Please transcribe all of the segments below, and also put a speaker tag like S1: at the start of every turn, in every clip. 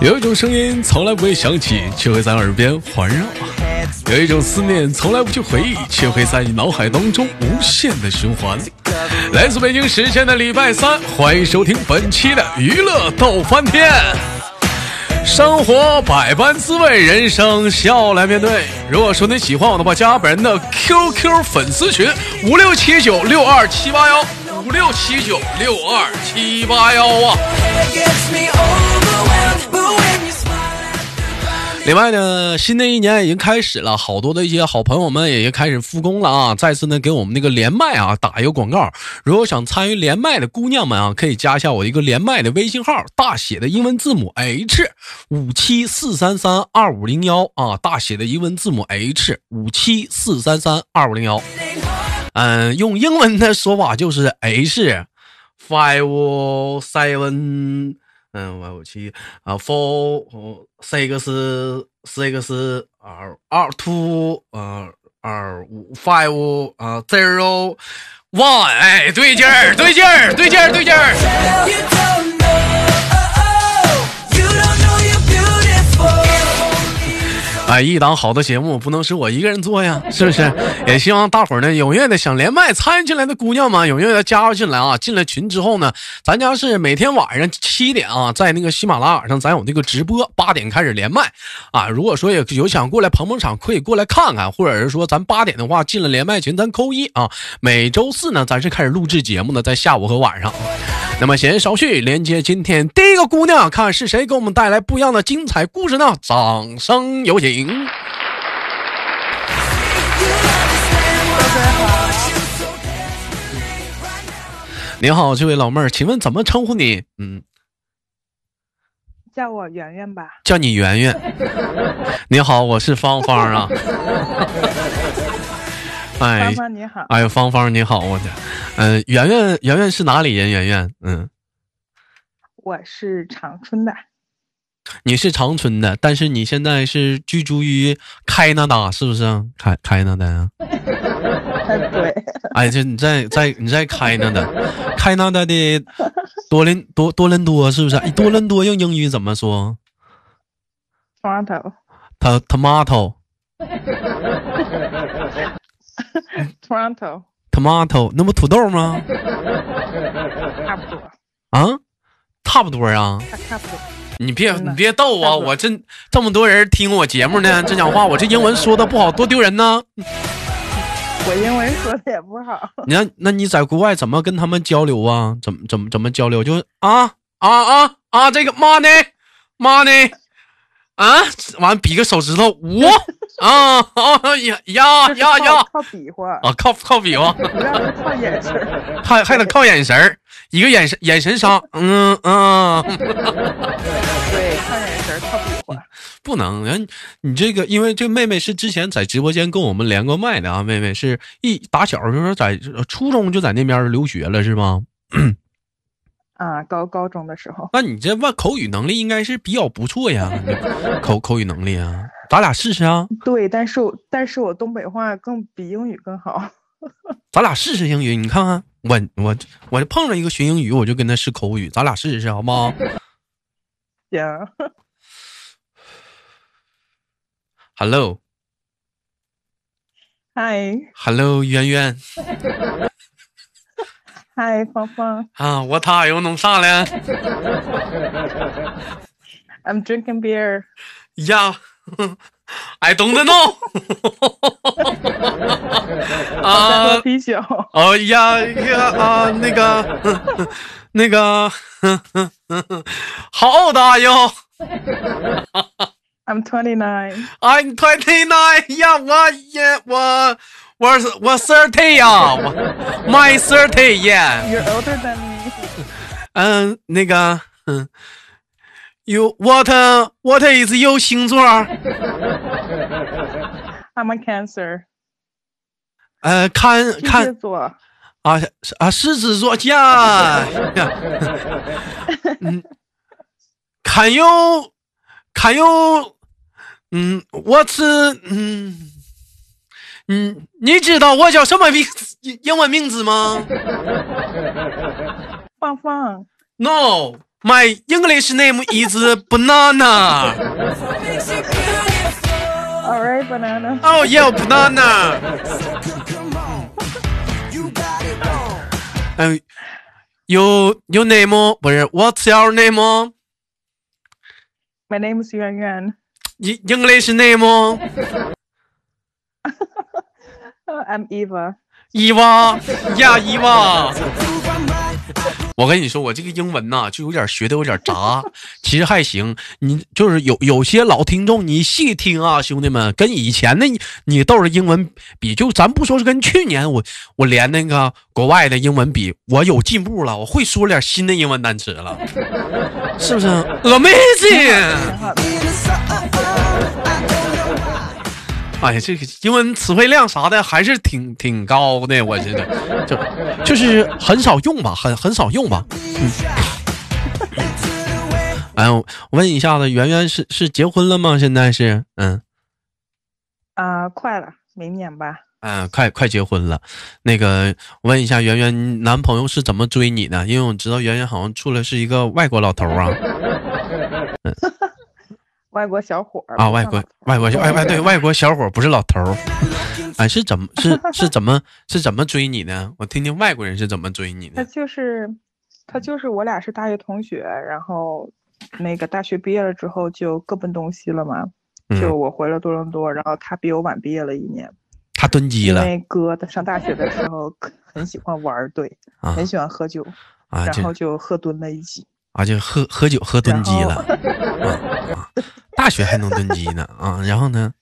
S1: 有一种声音从来不会响起，却会在耳边环绕；有一种思念从来不去回忆，却会在你脑海当中无限的循环。来自北京时间的礼拜三，欢迎收听本期的娱乐逗翻天。生活百般滋味，人生笑来面对。如果说你喜欢我的话，加本人的 QQ 粉丝群五六七九六二七八幺五六七九六二七八幺啊。另外呢，新的一年已经开始了，好多的一些好朋友们也已经开始复工了啊！再次呢，给我们那个连麦啊打一个广告。如果想参与连麦的姑娘们啊，可以加一下我一个连麦的微信号，大写的英文字母 H 五七四三三二五零幺啊，大写的英文字母 H 五七四三三二五零幺。嗯，用英文的说法就是 H five seven。嗯，我我去啊，four 哦 six six 二二 two 呃二五 five 啊 zero one，哎，对劲儿，对劲儿，对劲儿，对劲儿。哎，一档好的节目不能是我一个人做呀，是不是？也希望大伙儿呢踊跃的想连麦参与进来的姑娘们踊跃的加入进来啊！进了群之后呢，咱家是每天晚上七点啊，在那个喜马拉雅上咱有那个直播，八点开始连麦啊。如果说也有想过来捧捧场，可以过来看看，或者是说咱八点的话进了连麦群，咱扣一啊。每周四呢，咱是开始录制节目的，在下午和晚上。那么闲言少叙，连接今天第一个姑娘，看是谁给我们带来不一样的精彩故事呢？掌声有请！您好，这位老妹儿，请问怎么称呼你？嗯，
S2: 叫我圆圆吧。
S1: 叫你圆圆。你好，我是芳芳啊。哎
S2: 芳，芳你好，
S1: 哎呦，芳芳你好，我的，嗯、圆圆，圆圆是哪里人？圆圆，嗯，
S2: 我是长春的，
S1: 你是长春的，但是你现在是居住于开那达，是不是啊？开开那达啊？
S2: 哎 对，
S1: 哎，这你在在你在开那 达，开那达的多伦多多伦多是不是啊？多伦多用英语怎么说？
S2: 双头，
S1: 他 tomato
S2: Toronto
S1: tomato，那不土豆吗？
S2: 差不多，
S1: 啊，差不多啊。
S2: 差差不多。
S1: 你别
S2: 真
S1: 你
S2: 的
S1: 别逗
S2: 差
S1: 啊！
S2: 不多
S1: 我这这么多人听我节目呢，这讲话我这英文说的不好，多丢人呢。
S2: 我英文说的也不 好，
S1: 你看，那你在国外怎么跟他们交流啊？怎么怎么怎么交流？就是啊啊啊啊，这个 money money 啊，完比个手指头五啊啊呀呀
S2: 就是
S1: 呀呀
S2: 靠靠比划，
S1: 啊，靠靠比划，
S2: 主要是靠眼神儿。
S1: 还还得靠眼神儿，一个眼神眼神杀，嗯嗯。
S2: 对，靠眼神儿，靠比划。
S1: 不能，人你这个，因为这妹妹是之前在直播间跟我们连过麦的啊，妹妹是一打小就说在初中就在那边留学了是吗？
S2: 啊，高高中的时候，
S1: 那你这外口语能力应该是比较不错呀， 你这口口语能力啊，咱俩试试啊，
S2: 对，但是我但是我东北话更比英语更好。
S1: 咱俩试试英语，你看看我我我碰着一个学英语，我就跟他试口语，咱俩试啊试好不好
S2: 行，
S1: ？Hello
S2: 嗨
S1: Hello，圆圆
S2: 嗨，芳芳
S1: 啊，我他又弄啥了
S2: ，I'm drinking beer。
S1: 呀？I don't know
S2: 在
S1: 啊
S2: 喝。啤酒，
S1: 哦呀呀啊，那个，那个，好的哟
S2: ，I'm twenty nine。
S1: ，I'm twenty nine 呀，我也我我我 thirty 呀，我 my thirty 耶，
S2: You're older than me。
S1: 嗯，那个，嗯，you what what is you 星座？
S2: I'm a Cancer。
S1: 呃，看
S2: 巨蟹
S1: 看
S2: 座。
S1: 啊是啊，狮子座呀呀， 嗯，Can you Can you 嗯，What's 嗯嗯，你知道我叫什么名字英英文名字吗
S2: 芳芳
S1: ？No， My English name is banana.
S2: All right, banana.
S1: Oh yeah, banana. Um, you you name 不是 What's your name?
S2: My name is Yuan Yuan.
S1: E- English name?
S2: Uh, I'm Eva.
S1: 伊娃呀，伊娃。我跟你说，我这个英文呐、就有点学的有点杂， 其实还行。你就是有有些老听众，你细听啊，兄弟们，跟以前的你你豆儿英文比，就咱不说是跟去年我我连那个国外的英文比，我有进步了，我会说点新的英文单词了， 是不是？Amazing！
S2: 挺好的。
S1: 哎呀，这个英文词汇量啥的还是挺挺高的，我觉得就就是很少用吧，很很少用吧。哎，我问一下子，圆圆是是结婚了吗？现在是，嗯
S2: 啊、快了，明年吧。
S1: 嗯、快快结婚了。那个，我问一下圆圆，男朋友是怎么追你的？因为我知道圆圆好像处的是一个外国老头啊
S2: 外国小伙儿
S1: 啊，外国外国外外对外国小伙，不是老头儿。哎，是怎么 是是怎么是怎么追你的？我听听外国人是怎么追你
S2: 他
S1: 的。
S2: 就是他就是我俩是大学同学，然后那个大学毕业了之后就各奔东西了嘛。
S1: 嗯
S2: 就我回了多伦多，然后他比我晚毕业了一年，
S1: 他蹲鸡
S2: 因
S1: 了
S2: 为哥他上大学的时候很喜欢玩儿，对，
S1: 啊
S2: 很喜欢喝酒，
S1: 啊，
S2: 然
S1: 就
S2: 后就喝蹲了一起。
S1: 啊就喝喝酒喝蹲鸡
S2: 然
S1: 了
S2: 后
S1: 啊啊！大学还能蹲鸡呢啊！然后呢，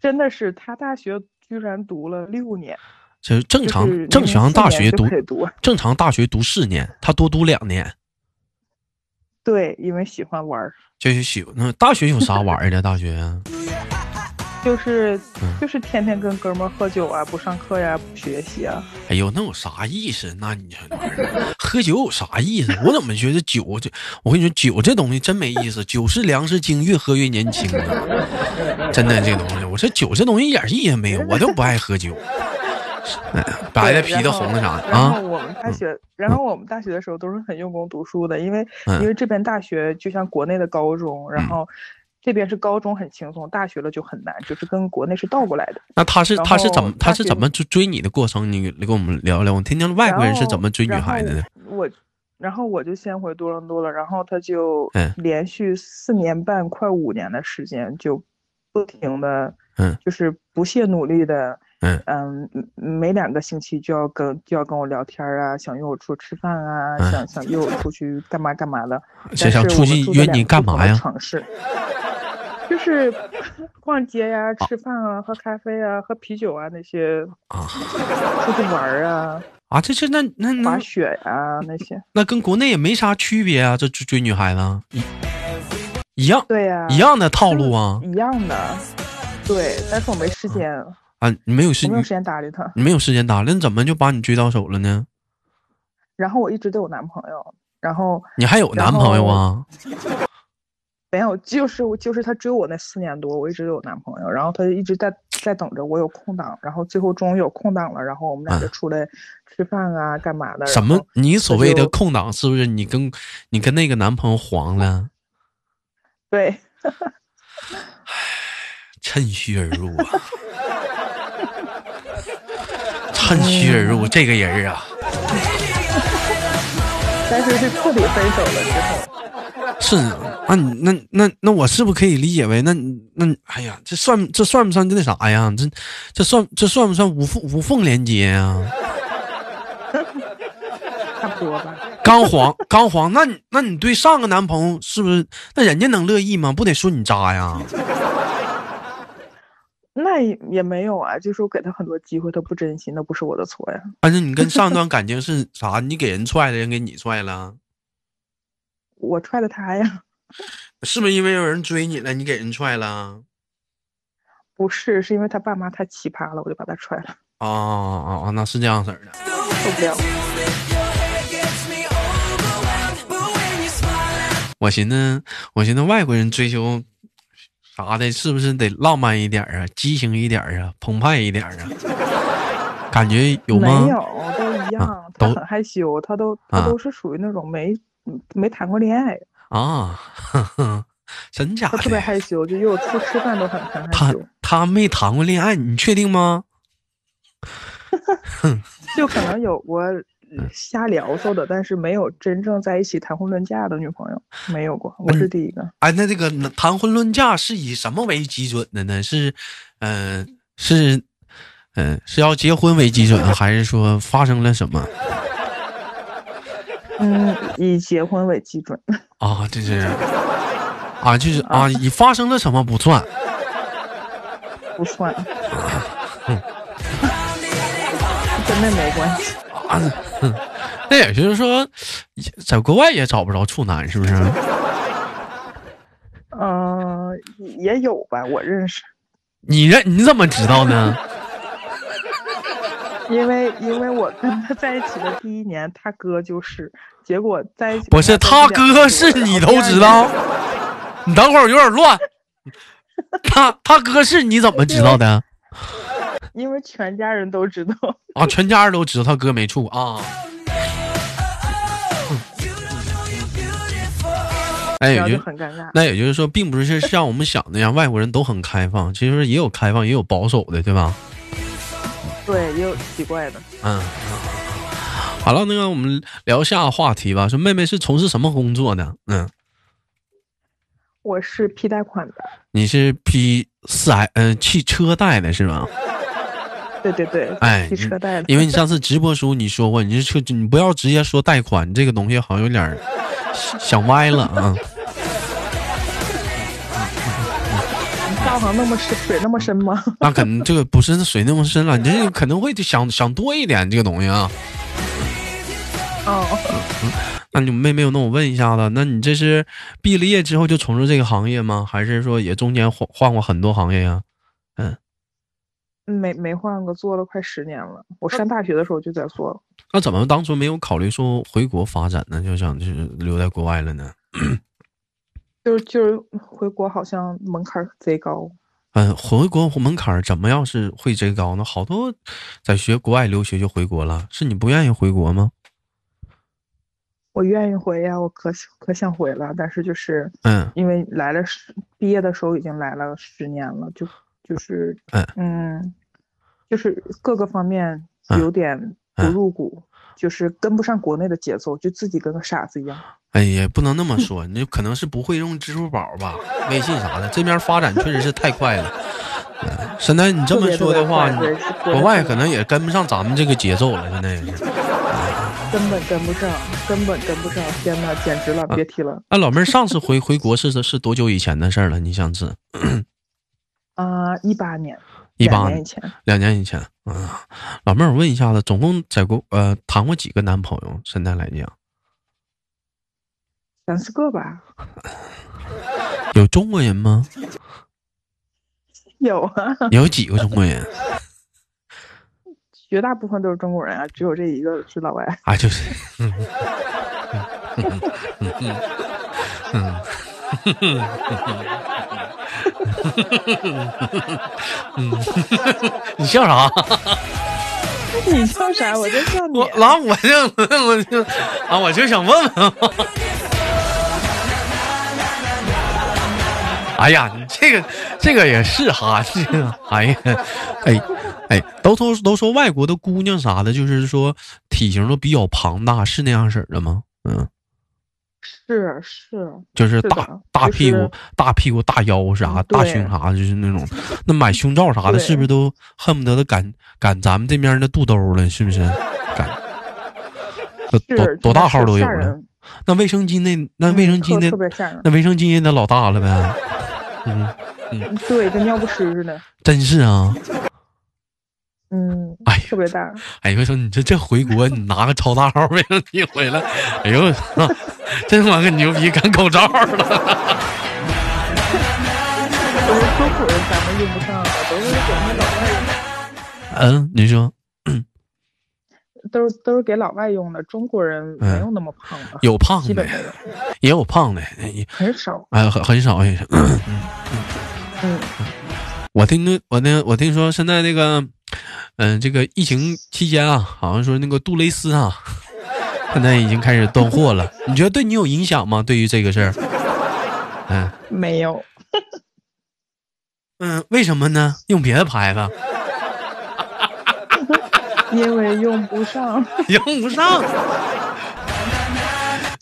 S2: 真的是他大学居然读了六年，
S1: 就是正
S2: 就
S1: 常
S2: 是
S1: 正
S2: 明
S1: 常
S2: 明
S1: 大学
S2: 四年就
S1: 读
S2: 可以读，
S1: 正常大学读四年，他多读两年，
S2: 对，因为喜欢玩儿，
S1: 就是喜那大学有啥玩儿的？大学啊，
S2: 就是
S1: 嗯
S2: 就是天天跟哥们儿喝酒啊，不上课呀、不学习啊，
S1: 哎呦，那有啥意思？那你这玩意儿喝酒有啥意思？我怎么觉得酒这，我跟你说，酒这东西真没意思。酒是粮食精，越喝越年轻啊！真的，这东西，我说酒这东西一点意思没有，我就不爱喝酒。哎呀，白的、
S2: 对
S1: 啤的、红的啥的
S2: 然
S1: 啊
S2: 后然后我们大学，然后我们大学的时候都是很用功读书的，因为、
S1: 嗯
S2: 因为这边大学就像国内的高中，然
S1: 嗯
S2: 后这边是高中很轻松，大学了就很难，就是跟国内是倒过来的。
S1: 那他是
S2: 然
S1: 他是怎
S2: 后
S1: 么他
S2: 大
S1: 是
S2: 学
S1: 怎
S2: 里
S1: 么追追你的过程？你你跟我们聊聊，我听听外国人是怎么追女
S2: 然后
S1: 孩子的。？
S2: 然后我，然后我就先回多伦多了，然后他就
S1: 嗯
S2: 连续四年半，快五年的时间，就不停的，
S1: 嗯，
S2: 就是不懈努力的，
S1: 嗯
S2: 嗯每两个星期就要跟就要跟我聊天啊，想约我出去吃饭啊，
S1: 嗯
S2: 想想约我出去干嘛干嘛的，
S1: 想想
S2: 但是
S1: 出
S2: 我们
S1: 去
S2: 住在
S1: 约
S2: 两
S1: 你
S2: 个
S1: 干
S2: 不同
S1: 嘛
S2: 的
S1: 呀？
S2: 城市。就是 逛街呀、吃饭啊、喝咖啡啊、喝啤酒啊那些，
S1: 啊
S2: 出去玩儿啊、
S1: 啊，这是那那
S2: 滑
S1: 那
S2: 雪呀、那些。
S1: 那跟国内也没啥区别啊，这追追女孩子啊一一样
S2: 对嗯呀、
S1: 一样的套路啊
S2: 一样的，对，但是我没时间，
S1: 啊！你没有时
S2: 我没有
S1: 你
S2: 时间搭理他。
S1: 你没有时间搭，那你怎么就把你追到手了呢？
S2: 然后我一直都有男朋友，然后
S1: 你还有
S2: 然
S1: 男朋友
S2: 后
S1: 啊？
S2: 没有，就是我就是他追我那四年多，我一直都有男朋友，然后他就一直在在等着我有空档，然后最后终于有空档了，然后我们俩
S1: 嗯
S2: 就出来吃饭啊，干嘛的？
S1: 什
S2: 然
S1: 么
S2: 后？
S1: 你所
S2: 我
S1: 谓的
S2: 就
S1: 空档是不是你跟你跟那个男朋友黄了？
S2: 对，
S1: 趁虚而入 啊！趁虚而入，这个人儿啊，
S2: 但是是彻底分手了之后。
S1: 是啊，那你那那那我是不是可以理解为，那你那你哎呀，这算这算不算那啥呀？这这算这算不算无缝无缝连接呀、
S2: 差不多吧，
S1: 刚黄刚黄，那你那你对上个男朋友是不是？那人家能乐意吗？不得说你渣呀？
S2: 那也也没有啊，就是我给他很多机会，他不珍惜，那不是我的错呀。
S1: 反正你跟上段感情是啥？你给人踹了，人给你踹了，
S2: 我踹的他呀，
S1: 是不是因为有人追你了，你给人踹了？
S2: 不是，是因为他爸妈太奇葩了，我就把他踹了。
S1: 哦哦哦，那是这样式儿的。
S2: 受不了。
S1: 我寻思，我寻思外国人追求啥的，是不是得浪漫一点儿啊，激情一点儿啊，澎湃一点儿啊？感觉有吗？啊
S2: 没有，都一样。他
S1: 都
S2: 很害羞，他都他
S1: 啊
S2: 都是属于那种没嗯没谈过恋爱，
S1: 啊， 呵呵真假
S2: 他特别
S1: 的？
S2: 害羞，就约我出去吃饭都很很害
S1: 他
S2: 羞，
S1: 他没谈过恋爱，你确定吗？
S2: 就可能有过
S1: 嗯
S2: 瞎聊骚的，但是没有真正在一起谈婚论嫁的女朋友，没有过，我是第一个。
S1: 哎，那这个谈婚论嫁是以什么为基准的呢？是，嗯、是，嗯、是要结婚为基准，还是说发生了什么
S2: 嗯，以结婚为基准，
S1: 啊？这是啊，就是啊，以发生了什么不算。
S2: 不算，
S1: 嗯
S2: 真的没关系。
S1: 啊，哼那也就是说，也在国外也找不着处男，是不是？
S2: 嗯、也有吧，我认识，
S1: 你认你怎么知道呢？
S2: 因为因为我跟他在一起的第一年，他哥就是，结果在一起
S1: 不是他哥是你都知道，你等会儿有点乱。他他哥是你怎么知道的？
S2: 因为全家人都知道，
S1: 啊，全家人都知道他哥没处啊。哎，
S2: 然后
S1: 也
S2: 就
S1: 就
S2: 很尴尬。
S1: 那也就是说，并不是像我们想的那样，外国人都很开放，其实也有开放，也有保守的，对吧？
S2: 对，也有奇怪的。
S1: 嗯，好了，那个我们聊下话题吧。说妹妹是从事什么工作的？嗯，
S2: 我是批贷款的，
S1: 你是批四 S 嗯、汽车贷的是吧？
S2: 对对对，
S1: 哎
S2: 批车贷的。
S1: 因为你上次直播时候你说过，你是去你不要直接说贷款这个东西，好像有点儿想歪了啊。
S2: 你道行那么深，水那么深吗？
S1: 那可能这个不是水那么深了，你这可能会想想多一点这个东西啊。
S2: 哦，
S1: 那你妹妹，那我问一下子，那你这是毕了业之后就从事这个行业吗？还是说也中间换换过很多行业呀、
S2: 没没换过，做了快十年了。我上大学的时候就在做了。
S1: 那怎么当初没有考虑说回国发展呢？就想就是留在国外了呢？
S2: 就是就是回国好像门槛儿贼高，
S1: 嗯，回国门槛儿怎么样是会贼高呢？好多在学国外留学就回国了，是你不愿意回国吗？
S2: 我愿意回呀，我可可想回了，但是就是
S1: 嗯，
S2: 因为来了十，毕业的时候已经来了十年了，就就是
S1: 嗯
S2: 嗯，就是各个方面
S1: 嗯
S2: 有点不
S1: 嗯
S2: 入骨，就是跟不上国内的节奏，就自己跟个傻子一样。
S1: 哎，也不能那 么说，你可能是不会用支付宝吧、微信啥的，这边发展确实是太快了。嗯，现在你这么说的话，
S2: 特别特别
S1: 你
S2: 快对
S1: 国外可能也跟不上咱们这个节奏了，现在也是。
S2: 根本跟不上，根本跟不上，天呐，简直了，
S1: 嗯
S2: 别提了。
S1: 那老妹儿上次回回国是是多久以前的事儿了？你上次
S2: 啊、一八年，
S1: 一
S2: 两
S1: 八
S2: 年以前，
S1: 两年以前啊，老妹儿，我问一下子，总共在国呃谈过几个男朋友？现在来讲，
S2: 三四个吧，
S1: 有中国人吗？
S2: 有啊，
S1: 有几个中国人？
S2: 绝大部分都是中国人啊，只有这一个是老外。
S1: 啊，就是， 嗯嗯嗯嗯嗯嗯，你笑啥？
S2: 你笑啥？我在笑你啊
S1: 我。拉我这我就 啊，我就想问问。 哎呀，你这个这个也是哈，这个哎呀，哎哎，都说都说外国的姑娘啥的，就是说体型都比较庞大，是那样式儿的吗？嗯，
S2: 是是，
S1: 就是
S2: 是
S1: 大
S2: 的
S1: 大
S2: 就
S1: 屁股
S2: 是、
S1: 大屁股、大腰啥、
S2: 嗯
S1: 大
S2: 对
S1: 胸啥，就是那种。 那买胸罩啥的，
S2: 对
S1: 是不是都恨不得都赶赶咱们这边的肚兜了？是不是？ 赶都
S2: 是
S1: 多多
S2: 真
S1: 大
S2: 的
S1: 号
S2: 是
S1: 都有
S2: 吓
S1: 了。
S2: 人
S1: 那卫生巾那那卫生巾
S2: 嗯特
S1: 那
S2: 特别吓人，
S1: 那卫生巾也得老大了呗？嗯，
S2: 对，跟尿不湿似的，
S1: 真是啊！
S2: 嗯，
S1: 哎呀
S2: 特别大。
S1: 哎呦我说你这这回国你拿个超大号 卫生巾回来，哎呦，我 操真他妈个牛逼，赶口罩了。
S2: 我是说古人咱们用不上了，都是给那老外用
S1: 嗯，你说
S2: 的，都是都是给老外用的，中国人没有那么胖的，
S1: 嗯有胖
S2: 基
S1: 的
S2: 本没有，
S1: 也有胖的，也
S2: 很少。
S1: 哎很很少也是。
S2: 嗯，
S1: 我听说，我那呃我听说现在那个，嗯、这个疫情期间啊，好像说那个杜蕾斯啊，现在已经开始断货了。你觉得对你有影响吗？对于这个事儿，嗯
S2: 没有，
S1: 嗯，为什么呢？用别的牌子
S2: 因为用不上。
S1: 用不上。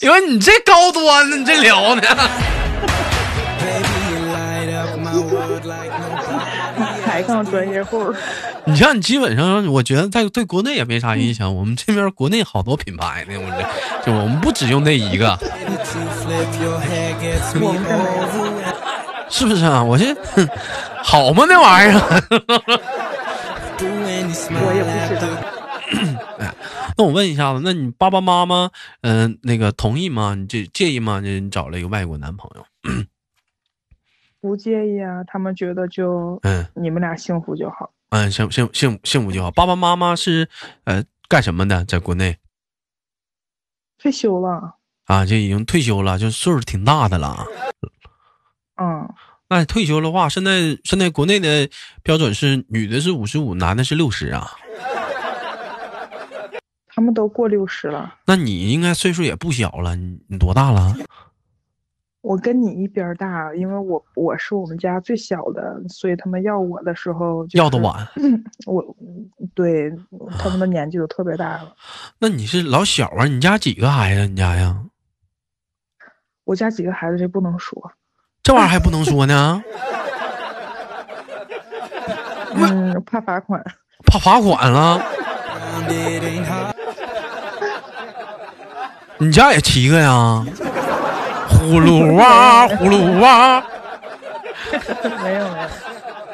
S1: 因为你这高端呢，你这聊呢？
S2: 抬杠专业户儿，
S1: 你像你基本上，我觉得在对国内也没啥影响。我们这边国内好多品牌呢，我这就我们不只用那一个，
S2: 我们这没有。
S1: 是不是啊？ 我这好吗？那玩意儿。
S2: 我也不知道，
S1: 那我问一下子，那你爸爸妈妈，嗯、那个同意吗？你这介意吗？你你找了一个外国男朋友，
S2: 不介意啊。他们觉得就
S1: 嗯
S2: 你们俩幸福就好。
S1: 嗯，幸幸幸幸福就好。爸爸妈妈是呃干什么的？在国内
S2: 退休了，
S1: 啊，就已经退休了，就岁数挺大的了啊。
S2: 嗯，
S1: 那退休的话，现在现在国内的标准是女的是五十五，男的是六十啊。
S2: 他们都过六十了，
S1: 那你应该岁数也不小了，你你多大了？
S2: 我跟你一边儿大，因为我我是我们家最小的，所以他们要我的时候、就是、
S1: 要的。晚，
S2: 我对他们的年纪都特别大了。
S1: 那你是老小啊？你家几个孩子？你家呀？
S2: 我家几个孩子这不能说，
S1: 这玩意儿还不能说呢？
S2: 嗯，怕罚款。
S1: 怕罚款了？你家也七个呀？葫芦娃，葫芦娃，
S2: 没有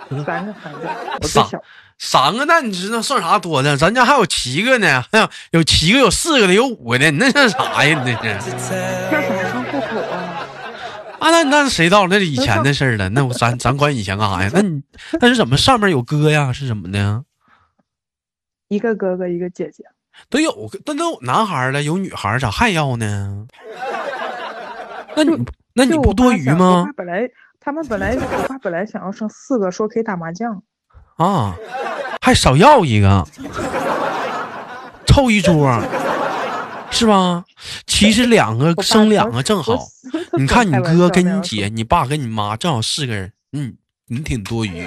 S2: 没有，三个孩子，我最
S1: 三
S2: 小。
S1: 三个那你知道算啥多的？咱家还有七个呢， 还有有七个，有四个的，有五个的，你那算啥呀？你那是
S2: 那怎么上户口啊？
S1: 啊？那那谁到那是以前的事儿了？那我咱咱管以前干啥呀？那你那是怎么上面有哥呀？是怎么的呀？
S2: 一个哥哥，一个姐姐。
S1: 都有个，那都有男孩儿了，有女孩儿，咋还要呢？那你不那你
S2: 就
S1: 不
S2: 我
S1: 多
S2: 爸
S1: 余
S2: 想
S1: 吗
S2: 我爸？本来他们本来我爸本来想要生四个，说可以打麻将。
S1: 啊，还少要一个，凑一桌，是吧？其实两个
S2: 我爸
S1: 生两
S2: 说
S1: 个正
S2: 我
S1: 好，你看你
S2: 开玩
S1: 哥
S2: 笑
S1: 跟你
S2: 那样
S1: 姐、
S2: 说
S1: 你爸跟你妈正好四个人，嗯，你挺多余，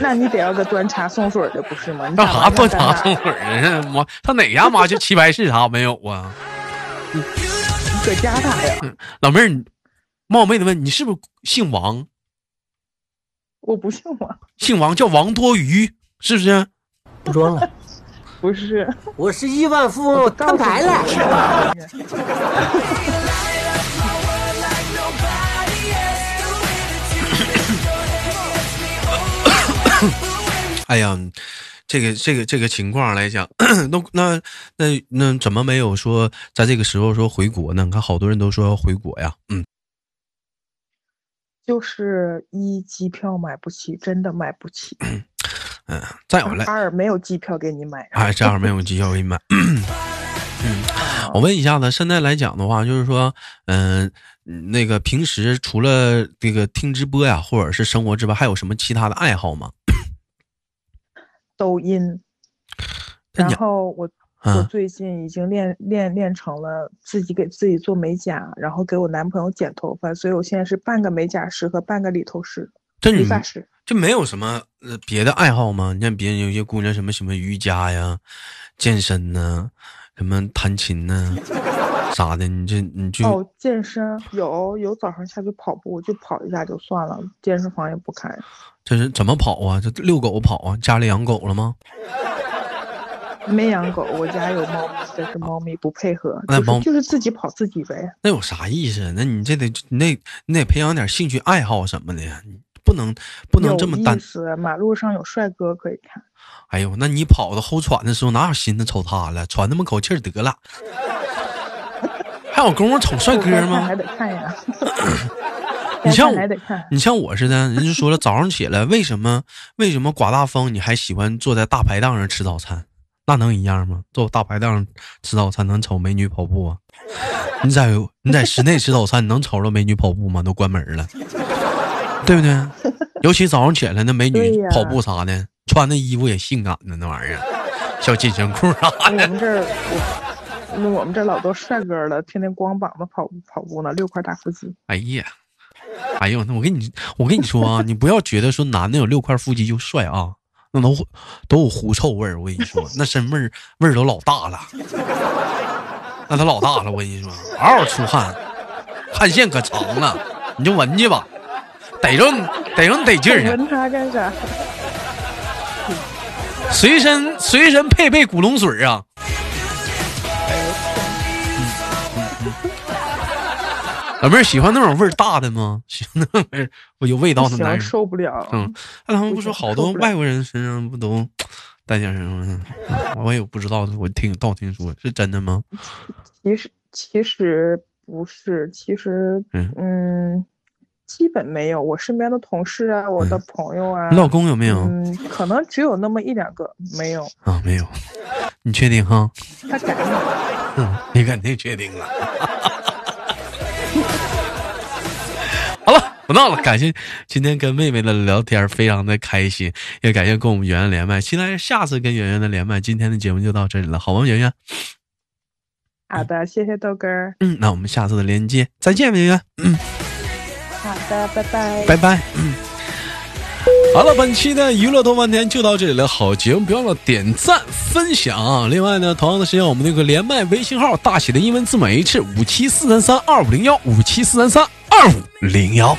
S2: 那你得要个端茶送水的，不是吗？你
S1: 干
S2: 打
S1: 啥
S2: 麻
S1: 端茶
S2: 将干
S1: 送
S2: 嘛
S1: 水啊？我上哪家妈去齐白石啥没有啊？
S2: 你搁家打呀？
S1: 老妹儿，你冒昧的问，你是不是姓王？
S2: 我不信我，
S1: 姓王叫王多余，是不是？
S3: 不装了，
S2: 不是，
S3: 我是亿万富
S2: 我
S3: 翁，
S2: 告诉
S3: 摊
S2: 你
S3: 牌了。
S1: 哎呀，这个这个这个情况来讲，那那那那怎么没有说在这个时候说回国呢？你看好多人都说要回国呀，嗯，
S2: 就是一机票买不起，真的买不起。
S1: 嗯再有来，
S2: 二没有机票给你买。
S1: 哎，这样没有绩效给你买。嗯，我问一下子，现在来讲的话，就是说，嗯、那个平时除了这个听直播呀，或者是生活之外，还有什么其他的爱好吗？
S2: 抖音，
S1: 那
S2: 然
S1: 你
S2: 后我我
S1: 嗯，
S2: 最近已经练练练成了自己给自己做美甲，然后给我男朋友剪头发，所以我现在是半个美甲师和半个理头师、
S1: 这
S2: 理
S1: 你
S2: 发师。
S1: 这没有什么呃别的爱好吗？你像别人有些姑娘什么什么瑜伽呀、健身呐、什么弹琴呐、啥的，你这你就、
S2: 哦，健身有有早上下去跑步，就跑一下就算了，健身房也不开。
S1: 这是怎么跑啊？这遛狗跑啊？家里养狗了吗？
S2: 没养狗，我家有猫咪，但是猫咪不配合，
S1: 那
S2: 就是
S1: 猫
S2: 就是自己跑自己呗。
S1: 那有啥意思啊？那你这得你得你得培养点兴趣爱好什么的呀，你不能不能
S2: 有
S1: 这么
S2: 意
S1: 单。
S2: 思，马路上有帅哥可以看。
S1: 哎呦，那你跑到后喘的时候，哪有心思瞅他了？喘那么口气儿得了， 还有功夫瞅帅
S2: 我该
S1: 哥
S2: 看
S1: 吗
S2: 还？得看 呀，
S1: 你
S2: 该
S1: 像
S2: 看
S1: 我啊
S2: 还得看。
S1: 你像我似的，人家说了，早上起来为什么为什么刮大风你还喜欢坐在大排档上吃早餐？那能一样吗？坐大排档上吃早餐能瞅美女跑步啊？你在你在室内吃早餐，你能瞅着美女跑步吗？都关门了，对不对？尤其早上起来那美
S2: 对
S1: 女
S2: 呀
S1: 跑步啥的，穿的衣服也性感呢，那玩意儿啊小紧身裤啥
S2: 我们这儿我那我们这儿老多帅哥了，天天光膀子跑跑步呢，六块大腹肌。
S1: 哎呀，哎呦，那我跟你，我跟你说啊，你不要觉得说男的有六块腹肌就帅啊，那都都有狐臭味儿。我跟你说，那身味儿味儿都老大了，那都老大了。我跟你说，嗷嗷出汗，汗腺可长了，你就闻去吧，逮着你逮着你得劲儿呢。
S2: 闻它干啥？
S1: 随身随身配备古龙水儿啊。老妹儿喜欢那种味儿大的吗？喜欢那种味儿我有味道的
S2: 不
S1: 男
S2: 行，
S1: 人。
S2: 受不了。
S1: 嗯，那他们不说
S2: 不行
S1: 好多
S2: 受不了
S1: 外国人身上不都带点什么？我也不知道，我听倒听说是真的吗？
S2: 其实其实不是，其实
S1: 嗯
S2: 嗯，基本没有。我身边的同事啊，我的朋友啊
S1: 你，嗯老公有没有、
S2: 嗯，可能只有那么一两个没有。
S1: 啊？没有，你确定哈？
S2: 他敢吗？
S1: 嗯，你肯定确定了。 好了，不闹了，感谢今天跟妹妹的聊天，非常的开心，也感谢跟我们圆圆连麦，期待下次跟圆圆的连麦。今天的节目就到这里了，好吗？圆圆，
S2: 好的，谢谢豆哥儿。
S1: 嗯，那我们下次的连接再见，圆圆。
S2: 好的，拜拜。
S1: 拜 拜。嗯好了，本期的娱乐多半天就到这里了。好节目，别忘了点赞、分享。另外呢，同样的时间，我们那个连麦微信号大写的英文字母 H 五七四三三二五零幺五七四三三二五零幺。